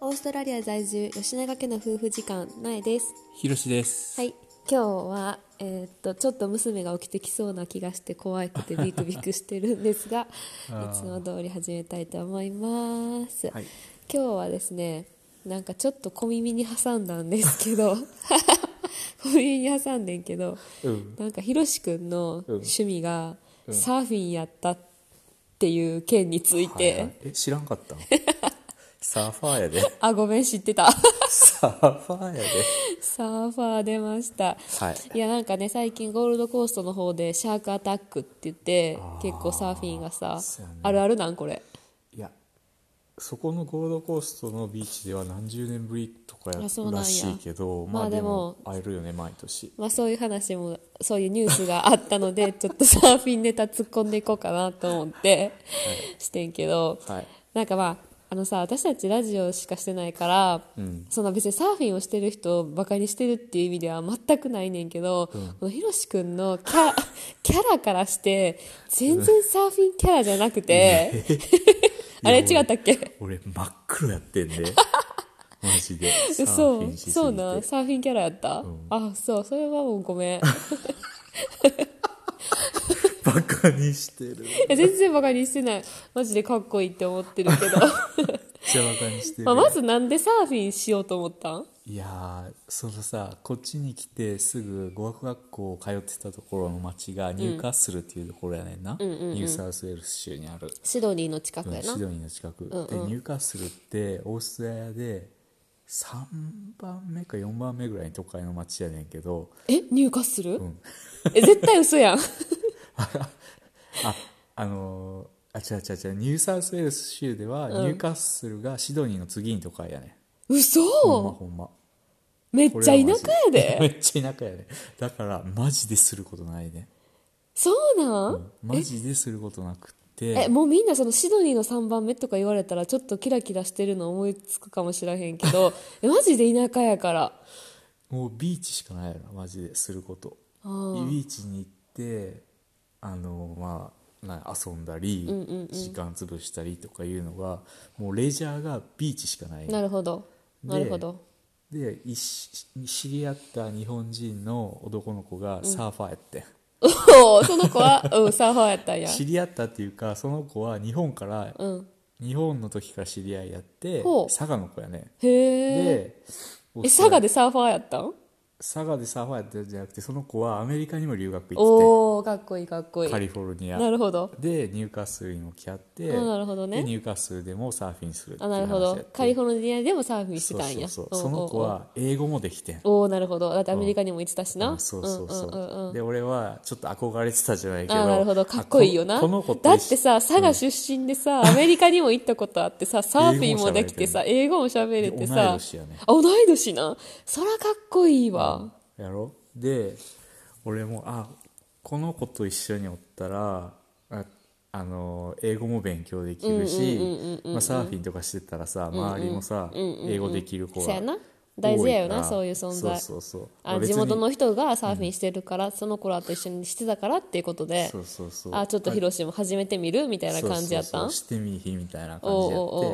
オーストラリア在住吉永家の夫婦時間苗ですひろしです。はい今日は、えーっとちょっと娘が起きてきそうな気がして怖くてビクビクしてるんですがあーいつも通り始めたいと思います、はい今日はですねなんかちょっと小耳に挟んだんですけど 小耳に挟んでんけどうん。なんかひろしくんの趣味がうんサーフィンやったっていう件について、はいはいえ、知らんかった サーファーやで。あごめん知ってた サーファーやで。サーファー出ましたはい。いやなんかね最近ゴールドコーストの方でシャークアタックって言ってあー結構サーフィンがさ、そうやねあるあるなんこれいや、そこのゴールドコーストのビーチでは何十年ぶりとかやあそうなんやらしいけど、ままああででもも会えるよね、毎年。まあそういう話もそういうニュースがあったの でちょっとサーフィンネタ突っ込んでいこうかなと思って、してんけど、はいなんかまああのさ私たちラジオしかしてないから、うんそんな別にサーフィンをしてる人をバカにしてるっていう意味では全くないねんけど、このひろしくんのキャ キャラからして全然サーフィンキャラじゃなくて、あれいや違ったっけ俺、真っ黒やってんで。マ ジで。サーフそィンうしすぎてそうなんサーフィンキャラやった、あそうそれはもうごめんいバカにしてる。や全然バカにしてないマジでかっこいいって思ってるけど、じゃバカにしてる。まあ、まずなんでサーフィンしようと思ったんいやーそのさこっちに来てすぐ語学学校を通ってたところの町がニューカッスルっていうところやねんな、ニューサウスウェールズ州にある、シドニーの近くうんやなシドニーの近く、んでニューカッスルってオーストラリアで3番目か4番目ぐらいに都会の町やねんけどえ入荷する、んえ絶対嘘 やんああのーあ違う違う違うニューサウスウェールズ州ではニューカッスルがシドニーの次に都会やねん、嘘、ほんまほんまめっちゃこ田れ舎はやマジ めでっちゃ田舎やねだからマジですることないねそうなん、マジですることなくってえもうみんなそのシドニーの3番目とか言われたらちょっとキラキラしてるの思いつくかもしらへんけ どえマジで田舎やからもうビーチしかないやろマジですることあビーチに行ってあのまあな遊んだり、時間潰したりとかいうのがもうレジャーがビーチしかないなるほどでなるほ どでいし知り合った日本人の男の子がサーファーやって、おーその子は、うん、サーファーやったんや知り合ったっていうかその子は日本から、うん日本の時から知り合いやってほう佐賀の子やねへえでオース佐トラリア賀でサーファーやったん佐賀でサーファーやってるんじゃなくてその子はアメリカにも留学行っおおかっこいいかっこいていカリフォルニアなるほどでニューカッスルにも来合ってあなるほどねでニューカッスルでもサーフィンするっていあうな話やるってほどカリフォォルニアでもサーフィンしてたんやそうそうそうその子は英語もできてんおおなるほどだってアメリカにも行ってたしな、うんそうそうそんう,、うんうんうんで俺はちょっと憧れてたじゃないけどあーなるほどかっこいいよなあこのこの子だと一緒ってさ佐賀出身でさ、アメリカにも行ったことあってさサーフィンもできてさ英語も喋れてで同さい年やねあ同い年なそらかっこいいわ、やろで俺もあこの子と一緒におったらああの英語も勉強できるしまあサーフィンとかしてたらさ周りもさ英語できる子そがやな多い大から事やよなそういう存在そうそうそうあ別地に元の人がサーフィンしてるから、その子らと一緒にしてたからっていうことでそうそうそうあちょっとヒロシも始めてみるみたいな感じやったんそうそうそうしてみいひみたいな感じやおっうておうおうおう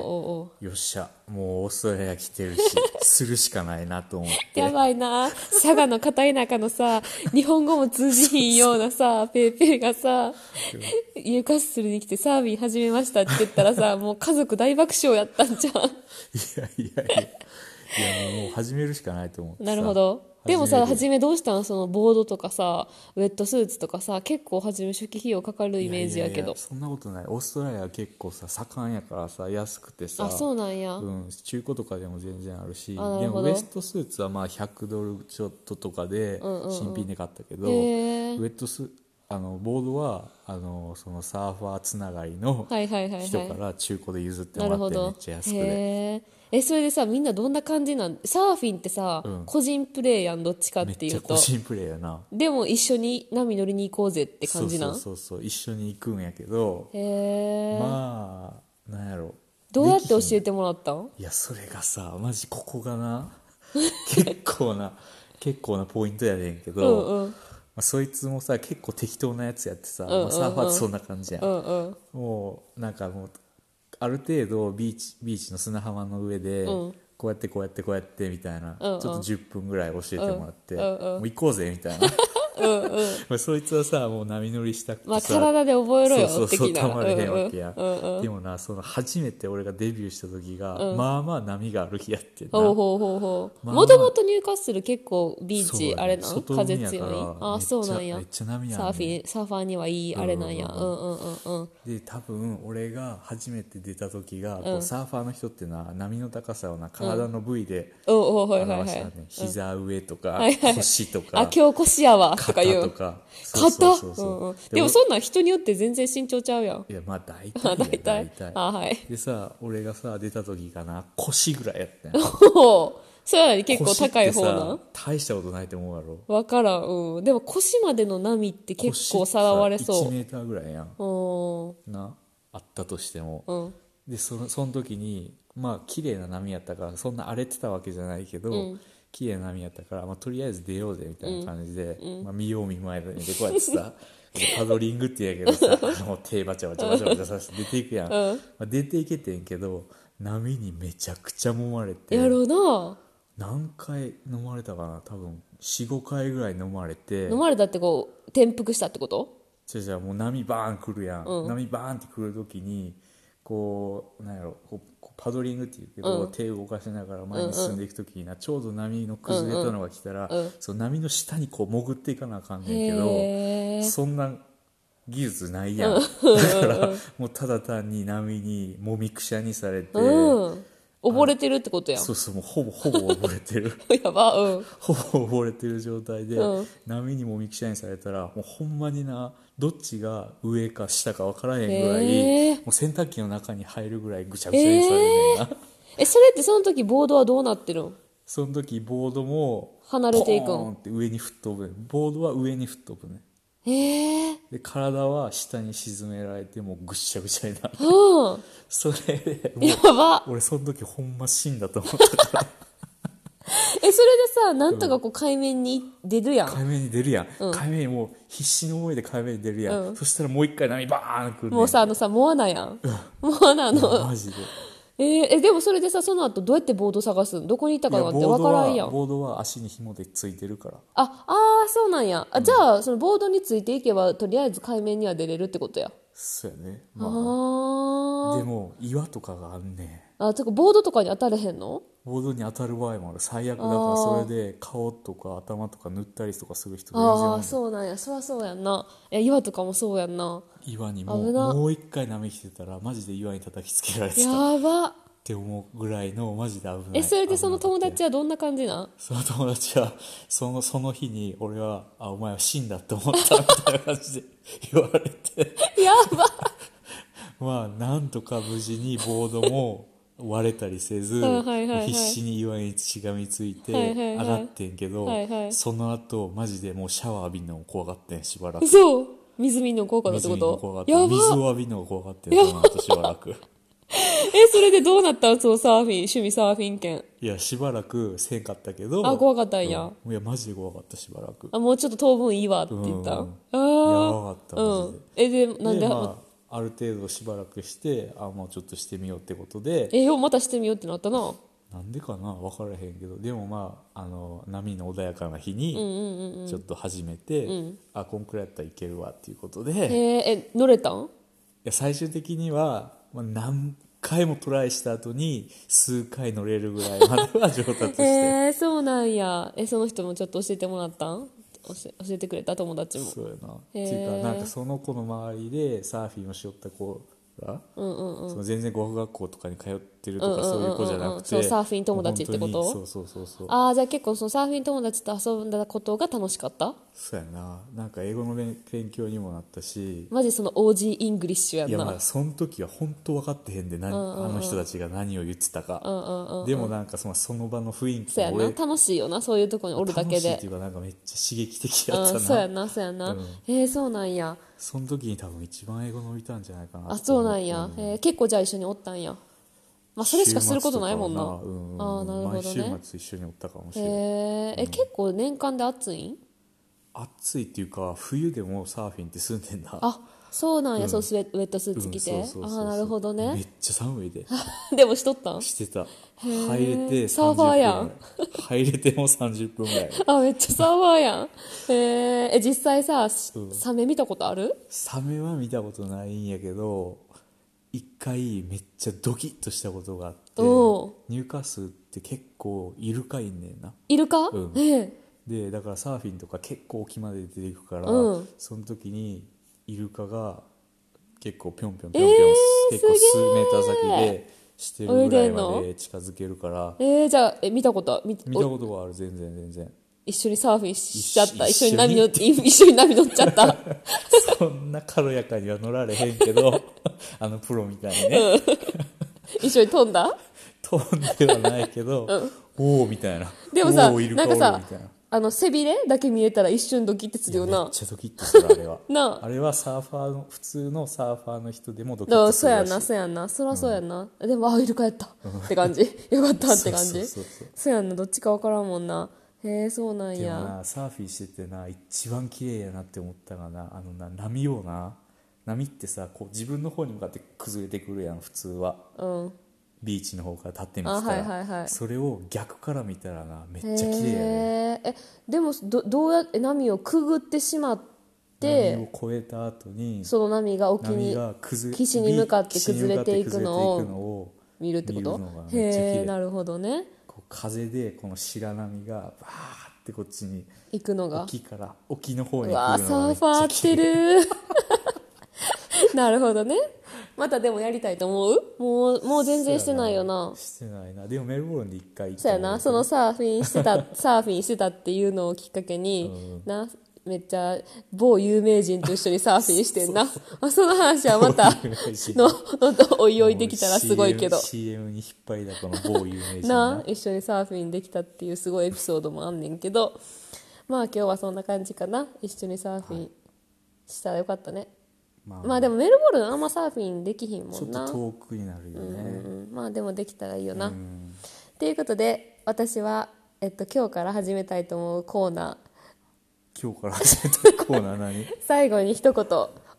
おうよっしゃもうオーストラリア来 てるしするしかないなと思ってやばいな佐賀の片田舎のさ日本語も通じひんようなさペーペーがさユーカッスルに来てサーフィン始めましたって言ったら さもう家族大爆笑やったんじゃいやいやいやいやもう始めるしかないと思ってんさなるほどでもさ始初めめるどうしたんそのボードとかさウェットスーツとかさ結構初め初期費用かかるイメージやけどいいいそんなことないオーストラリアは結構さ盛んやからさ安くてさあそうなんや、うん、中古とかでも全然あるしであなるほもどウエストスーツはまあ100ドルちょっととかで新品で買ったけど、へーウエットスあのボードはあのそのサーファーつながりのはいはいはいはい人から中古で譲ってなもらるっほてめっどちゃ安くでへーえそれでさみんなどんな感じなんサーフィンってさ、うん個人プレーやんどっちかっめっていちゃうと個人プレーやなでも一緒に波乗りに行こうぜって感じなんそうそうそうそう一緒に行くんやけどへえ、まあなんやろどうやって教できひんえてもらったんいやそれがさマジここがな 結構な結構なポイントやねんけど、うんうんまあ、そいつもさ結構適当なやつやってさ、んうんうんまあ、サーファーってそんな感じやん、うんうんもうなんかもうある程度ビーチビーチの砂浜の上で、うんこうやってこうやってこうやってみたいな、うんうんちょっと10分ぐらい教えてもらって、うんうんもう行こうぜみたいな まあそいつはさもう波乗りしたくてさまあ体で覚えろよそうそうそう的なたまれへんわけや、うんうんうんでもなその初めて俺がデビューした時が、まあまあ波がある日やってんなほうほうほうほうまあもともとニューカッスル結構ビーそうやチねあれなん外風海や強いからあめっちゃそうなんやめっちゃ波あんねんサーフィンサーファーにはいいあれなんやううんんううんうんうんで多分俺が初めて出た時が、うこんうサーファーの人ってな波の高さをな体の部位でおおはいはい表はしたね、い膝上とか、はいはい腰とかあ今日腰やわとか肩言とうかそうそうそうそう硬でも俺そんなん人によって全然身長ちゃうや んいやまあ大体あや大体大体あはいでさ俺がさ出た時かな腰ぐらいやったんやおうそれなり 結構高い方な腰っんてさ大したことないと思うやろわからん、うん、でも腰までの波って結構さらわれ腰ってさ1そメーターぐらいやんうおなあったとしても、うんでそのその時にまあ綺麗な波やったからそんな荒れてたわけじゃないけど、うん綺麗な波やったから、まあ、とりあえず出ようぜみたいな感じで、まあ、見よう見まいでこうやって さパドリングって言うやけどさあの手バチャバチャバチャバチャさせて出ていくやん、まあ、出ていけてんけど波にめちゃくちゃ揉まれてやろうな何回飲まれたかな多分45回ぐらい飲まれて飲まれたってこう転覆したってことじゃじゃもう波バーン来るやん、うん波バーンって来る時にこうなんやろこうこうパドリングっていうけど、うん手を動かしながら前に進んでいく時にな、ちょうど波の崩れたのが来たら、うんうんその波の下にこう潜っていかなあかんねんけどへえそんな技術ないやん、だからもうただ単に波にもみくしゃにされて、うん溺れてるってことやんそうそうもうほぼほぼ溺れてる やばうんほぼ溺れてる状態で、うん波にもみくしゃにされたらもうほんまになどっちが上か下か分からへんぐらい、へえもう洗濯機の中に入るぐらいぐちゃぐちゃにされるんだよな、えそれってその時ボードはどうなってるんその時ボードも離れていくんポーンって上に吹っ飛ぶねボードは上に吹っ飛ぶねへえで体は下に沈められてもうぐっしゃぐしゃになるうんそれでもうやば俺その時ほんま死んだと思ったからえそれでさなんとかこう海面に出るやん海面に出るやん、海面にもう必死の思いで海面に出るやん、そしたらもう一回波バーン来るねんもうさあのさモアナやんモアナのマジでえーえでもそれでさその後どうやってボード探すんどこにいたかなんて分からんいややんボードはボードは足に紐でついてるからああーそうなんやあじゃあそのボードについていけばとりあえず海面には出れるってことやそうやねあまあーでも岩とかがあんねあてかボードとかに当たれへんのボードに当たる場合もある最悪だかあらーそれで顔とか頭とか塗ったりとかする人全然あおあるそうなんやそりゃそうやんなえ岩とかもそうやんな岩にも危うなもう一回舐めきてたらマジで岩に叩きつけられてやたっばて思うぐらいのマジで危ないえそれでその友危なくて達はどんな感じなんその友達はそのその日に俺はあお前は死んだって思ったみたいな感じで言われてやばまあなんとか無事にボードも割れたりせず はいはいはいはい必死に岩にしがみついてはいはい上はいがってんけど、はいはいその後マジでもうシャワー浴びるのも怖がってんしば らくそう水見んの効果だって水こにも怖がとってやば水を浴びるのが怖がってんその後しばらくえそれでどうなったんそのサーフィン趣味サーフィン券いやしばらくせんかったけどあ怖かったんやうんいやマジで怖かったしばらくあもうちょっと当分いいわって言ったあうんあやばかったうマんえでなんジででで、まあ、ある程度しばらくしてあもうちょっとしてみようってことでえよまたしてみようってなったななんでかな分からへんけどでもまああの波の穏やかな日にちょっと始めて、あこんくらいやったらいけるわっていうことで、へいええ乗れたんや最終的には、まあ、何回もトライした後に数回乗れるぐらいまでは 上達して、えー、そうなんやえその人もちょっと教えてもらったん教え教えてくれた友達もそうやな、へーっていうかなんかその子の周りでサーフィンをしよった子が、その全然語学学校とかに通ってるとかうんうんそううんうんいうんう子じゃなくてそうサーフィン友達ってこともう本当にそうそうそうそうああじゃあ結構そのサーフィン友達と遊んだことが楽しかったそうやななんか英語の勉勉強にもなったしマジその OG イングリッシュやんいやなまあその時は本当分かってへんで何、あの人たちが何を言ってたか、でもなんかそのその場の雰囲気そうがや俺な楽しいよなそういうとこにおるだ楽けしいでっていうかなんかめっちゃ刺激的やったうんなそうやなそうやな、うんへえそうなんやその時に多分一番英語伸びたんじゃないかなあってそ思うなんや、へえ結構じゃあ一緒におったんやまあそれしかすることないもんな週末とかはうんうんああなるほどね毎週末一緒におったかもしへれない、ええ結構年間で暑いん暑いっていうか冬でもサーフィンって住んでんなあそうなんや、うんそうスウェウェットスーツ着て、うんそうそうそうそうああなるほどめねっちゃ寒 いででもしとったんしてたー入れてサーファーやん30分ぐらい入れても30分ぐらいあめっちゃサーバーやんへええ実際さ、うんサメ見たことあるサメは見たことないんやけど一回めっちゃドキッとしたことがあっておうニューカスルって結構イルカいんねんなイルカ、うんええでだからサーフィンとか結構沖まで出ていくから、うんその時にイルカが結構ぴょんぴょんえぴーょんぴょん、結構数すげーメーター先でしてるぐらい泳まいでんで近づけるからえー、じゃあえ見たことみ見たおことはある全然全然一緒にサーフィンししちゃった一一緒緒に波に乗って一緒に波乗っちゃった そんな軽やかには乗られへんけ どあのプロみたいにね、一緒に飛んだ飛んではないけど、おおみたいなでもさおーイルカなんかおーさみたいなあの背びれだけ見えたら一瞬ドキってするよめっなちゃドキッとするあれは なああれはサーファーの普通のサーファーの人でもドキッだかとらすそうるやらんしいなそうやんなそらそうやんな、でもあイルカやったって感じよかったって感じそうそうそうそうそうやんなどっちか分からんもんなへえそうなんでもやなサーフィンしててな一番綺麗やなって思ったがなあのな波をな波ってさこう自分の方に向かって崩れてくるやん普通はうんビーチの方から立ってみてたら、あはいはいはいそれを逆から見たらなめっへちゃ綺麗やねええでもどどうやって波をくぐってしまって波を越えた後にその波が沖波にが崩れ岸に向かって崩れていくのを岸に向かって崩れていくのを見るってこと見るのがめっちゃ綺へえ麗なるほどねこう風でこの白波がバーってこっちに行くのが沖から沖の方うにわー来るサのがめーっちファーゃっ綺て麗る なるほどねまたでもやりたいと思うもうもう全然してないよなしてないなでもメルボルンで一回行ったそうやなそのサーフィンして たサーフィンしてたっていうのをきっかけに、なめっちゃ某有名人と一緒にサーフィンしてんな まあその話はまた某有名人ののとおいおいできたらすごいけど CM, CM に引っ張りだこの某有名人なな一緒にサーフィンできたっていうすごいエピソードもあんねんけどまあ今日はそんな感じかな一緒にサーフィンしたらよかったね、ままあでもメルボルンあんまサーフィンできひんもちょっんなと遠くになるよね、うんまあでもできたらいいよな。ということで私は、えっと、今日から始めたいと思うコーナ今日から始めたコーナー何ー最後に一言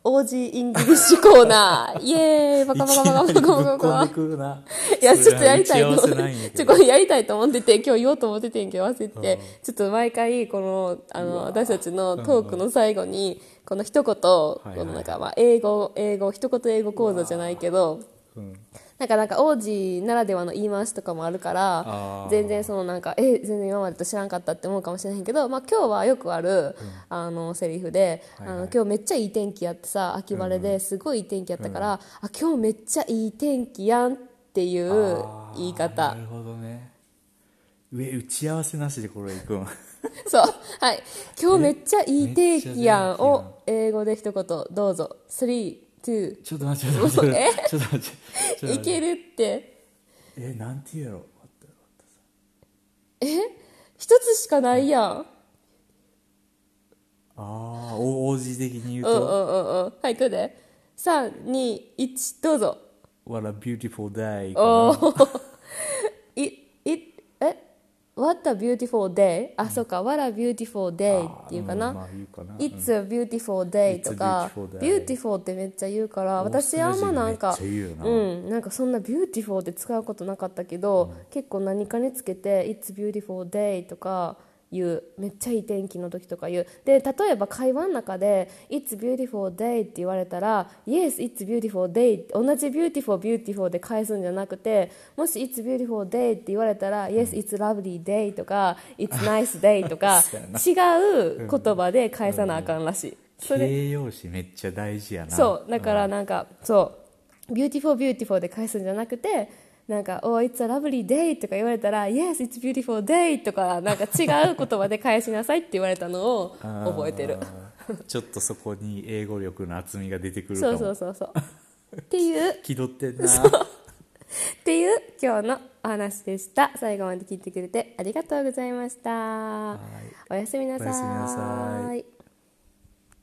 OG イングリッシュコーナ ーイエーイバカバカバカバいきなりぶっカバカこんバでカくるないやちょっとやりそたいれとは打思ち合わっせないんやてちけょこどれやりたいと思ってて今日言おうと思っててんけど忘れててちょっと毎回このあの私たちのトークの最後にこの一言こはいはいのなんかまあ英語英語一言英語講座じゃないけどうんなんかなんか王子ならではの言い回しとかもあるかあらー全然そのなんかえ全然今までと知らんかったって思うかもしれへんけど、まあ、今日はよくある、あのセリフで、はいはいあの今日めっちゃいい天気やってさ秋晴れですごいいい天気やったから、あ今日めっちゃいい天気やんっていうあー言い方なるほどね上打ち合わせなしでこれ行くんそうはい今日めっちゃいい天気やんめっちゃいい天気やんを英語で一言どうぞ321 ちょっと待ってちょっと待って ちょっと待ってちょっと待っていけるってえなんて言うやろ待って一つしかないやんああ王子的に言ううんうんとうんうんはいどうで321どうぞ「What a beautiful day」かおなーいいえ What a beautiful day あ、そうか What a beautiful day っていうかな、あーうんまあ言うかな It's a beautiful day とか It's a beautiful day beautiful ってめっちゃ言うからオース私トラあリんア人まなんかめっちゃ言うよなうんなんかそんな beautiful って使うことなかったけど、結構何かにつけて It's beautiful day とか言うめっちゃいい天気の時とか言うで例えば会話の中で It's beautiful day って言われたら Yes, it's beautiful day 同じ beautiful beautiful で返すんじゃなくてもし It's beautiful day って言われたら Yes, it's lovely day と か It's nice day とかそうやな違う言葉で返さなあかんらしい、それ形容詞めっちゃ大事やなそうだからなんか、そう「beautiful beautiful」で返すんじゃなくてなんか「oh it's a lovely day」とか言われたら「yes it's beautiful day」とかなんか違う言葉で返しなさいって言われたのをあー覚えてるちょっとそこに英語力の厚みが出てくるかそもうそうそうそうっていうっ気取ってんなていう今日のお話でした最後まで聞いてくれてありがとうございましたいおやすみなさおやすみなさい